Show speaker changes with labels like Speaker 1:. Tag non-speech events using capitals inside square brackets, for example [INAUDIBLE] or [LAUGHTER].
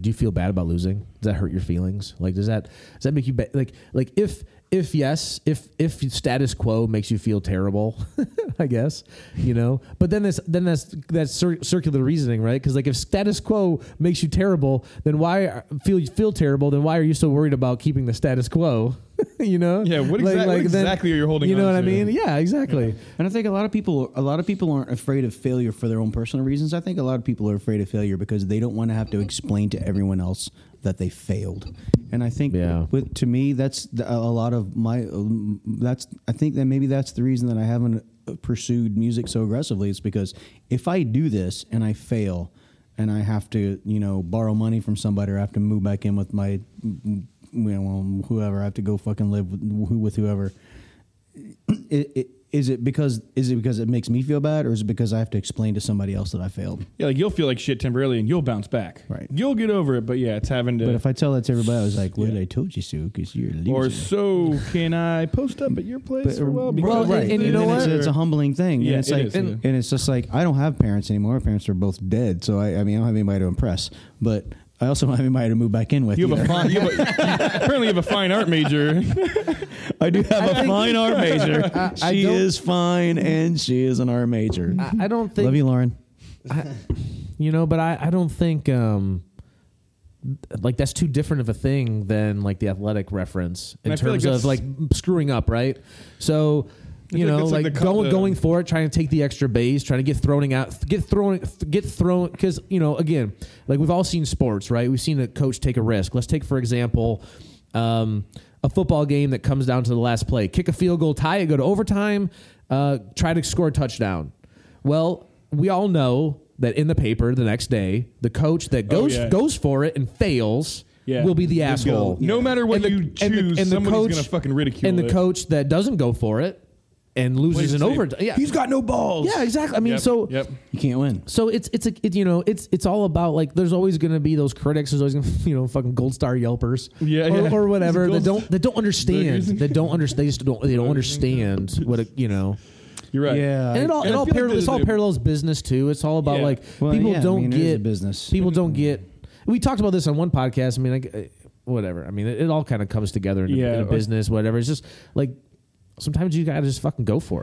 Speaker 1: do you feel bad about losing? Does that hurt your feelings? Like, does that does that make you ba- like like if if yes, if if status quo makes you feel terrible, [LAUGHS] I guess you know. But then this then that's that's cir- circular reasoning, right? Because like if status quo makes you terrible, then why are- feel you feel terrible? Then why are you so worried about keeping the status quo? [LAUGHS] you know?
Speaker 2: Yeah, what
Speaker 1: Like-
Speaker 2: exac- what
Speaker 1: like then-
Speaker 2: exactly are you holding
Speaker 1: You know
Speaker 2: on
Speaker 1: what I
Speaker 2: to?
Speaker 1: mean? Yeah, exactly.
Speaker 3: And I think a lot of people, a lot of people aren't afraid of failure for their own personal reasons. I think a lot of people are afraid of failure because they don't want to have to explain to everyone else that they failed. And I think,
Speaker 1: Yeah.
Speaker 3: with, to me, that's the, a lot of my. um, That's I think that maybe that's the reason that I haven't uh, pursued music so aggressively. It's because if I do this and I fail, and I have to, you know, borrow money from somebody or I have to move back in with my, mm, you know, whoever I have to go fucking live with, who- with whoever it, it, is it because is it because it makes me feel bad, or is it because I have to explain to somebody else that I failed?
Speaker 2: Yeah, like you'll feel like shit temporarily, and you'll bounce back.
Speaker 3: Right.
Speaker 2: You'll get over it, but yeah, it's having to.
Speaker 3: But if I tell that to everybody, I was like, "Well,
Speaker 2: Yeah.
Speaker 3: I told you so, because you're a loser."
Speaker 2: or so can I post up at your place?
Speaker 3: But-
Speaker 2: for a while?
Speaker 3: well,
Speaker 2: Because
Speaker 1: and-
Speaker 3: right.
Speaker 1: and you know
Speaker 3: then
Speaker 1: what?
Speaker 3: It's, it's a humbling thing.
Speaker 2: Yeah,
Speaker 3: and it's
Speaker 2: it
Speaker 3: like,
Speaker 2: is,
Speaker 3: and,
Speaker 2: yeah.
Speaker 3: and it's just like I don't have parents anymore. My parents are both dead, so I, I mean, I don't have anybody to impress. But I also don't have anybody to move back in with.
Speaker 2: You have
Speaker 3: either.
Speaker 2: a fine. You have a, apparently, you have a fine
Speaker 1: [LAUGHS]
Speaker 2: art major.
Speaker 3: [LAUGHS] I do have a fine art major.
Speaker 1: I
Speaker 3: she
Speaker 1: don't-
Speaker 3: is fine, and she is an art major.
Speaker 1: I, I don't think
Speaker 3: Love you, Lauren.
Speaker 1: you know but i, I don't think um like that's too different of a thing than like the athletic reference in
Speaker 2: And I feel like
Speaker 1: terms of
Speaker 2: that's-
Speaker 1: like screwing up right so you
Speaker 2: like
Speaker 1: know
Speaker 2: that's like
Speaker 1: like,
Speaker 2: the co-
Speaker 1: going
Speaker 2: the-
Speaker 1: going for it trying to take the extra base trying to get thrown out get thrown get thrown because you know again like we've all seen sports right we've seen a coach take a risk let's take for example um, a football game that comes down to the last play kick a field goal tie it go to overtime uh, try to score a touchdown well, we all know that in the paper the next day, the coach that
Speaker 2: Oh,
Speaker 1: goes
Speaker 2: yeah.
Speaker 1: goes for it and fails
Speaker 2: Yeah.
Speaker 1: will be the
Speaker 2: Will
Speaker 1: asshole.
Speaker 2: go- No matter what you choose, somebody's gonna fucking ridicule
Speaker 1: And the
Speaker 2: it.
Speaker 1: coach that doesn't go for it and
Speaker 2: Plays
Speaker 1: loses
Speaker 2: it
Speaker 1: an
Speaker 2: safe.
Speaker 1: overtime. Yeah,
Speaker 2: He's got no balls.
Speaker 1: yeah, exactly. I mean,
Speaker 2: Yep,
Speaker 1: so
Speaker 2: yep.
Speaker 3: You can't win.
Speaker 1: so it's it's a it, you know it's it's all about like there's always going to be those critics there's always gonna, [LAUGHS] you know fucking gold star yelpers
Speaker 2: Yeah,
Speaker 1: or,
Speaker 2: yeah.
Speaker 1: or whatever
Speaker 2: Gold
Speaker 1: that don't that don't understand
Speaker 2: Boogers.
Speaker 1: that don't understand they just don't they don't understand what a, you know
Speaker 2: You're right.
Speaker 3: Yeah,
Speaker 1: and it all,
Speaker 2: And
Speaker 1: it
Speaker 2: I
Speaker 1: all,
Speaker 2: feel like
Speaker 1: parallel
Speaker 2: there's
Speaker 1: it's all
Speaker 2: a-
Speaker 1: parallels business too. It's all about
Speaker 2: Yeah.
Speaker 1: like
Speaker 3: Well,
Speaker 1: people
Speaker 3: yeah, I
Speaker 1: don't
Speaker 3: mean, it is
Speaker 1: get
Speaker 3: a business.
Speaker 1: People don't get. We talked about this on one podcast. I mean, like, uh, whatever. I mean, it, it all kind of comes together in, a,
Speaker 2: Yeah,
Speaker 1: in a
Speaker 2: or-
Speaker 1: business, whatever. It's just like sometimes you gotta just fucking go for it.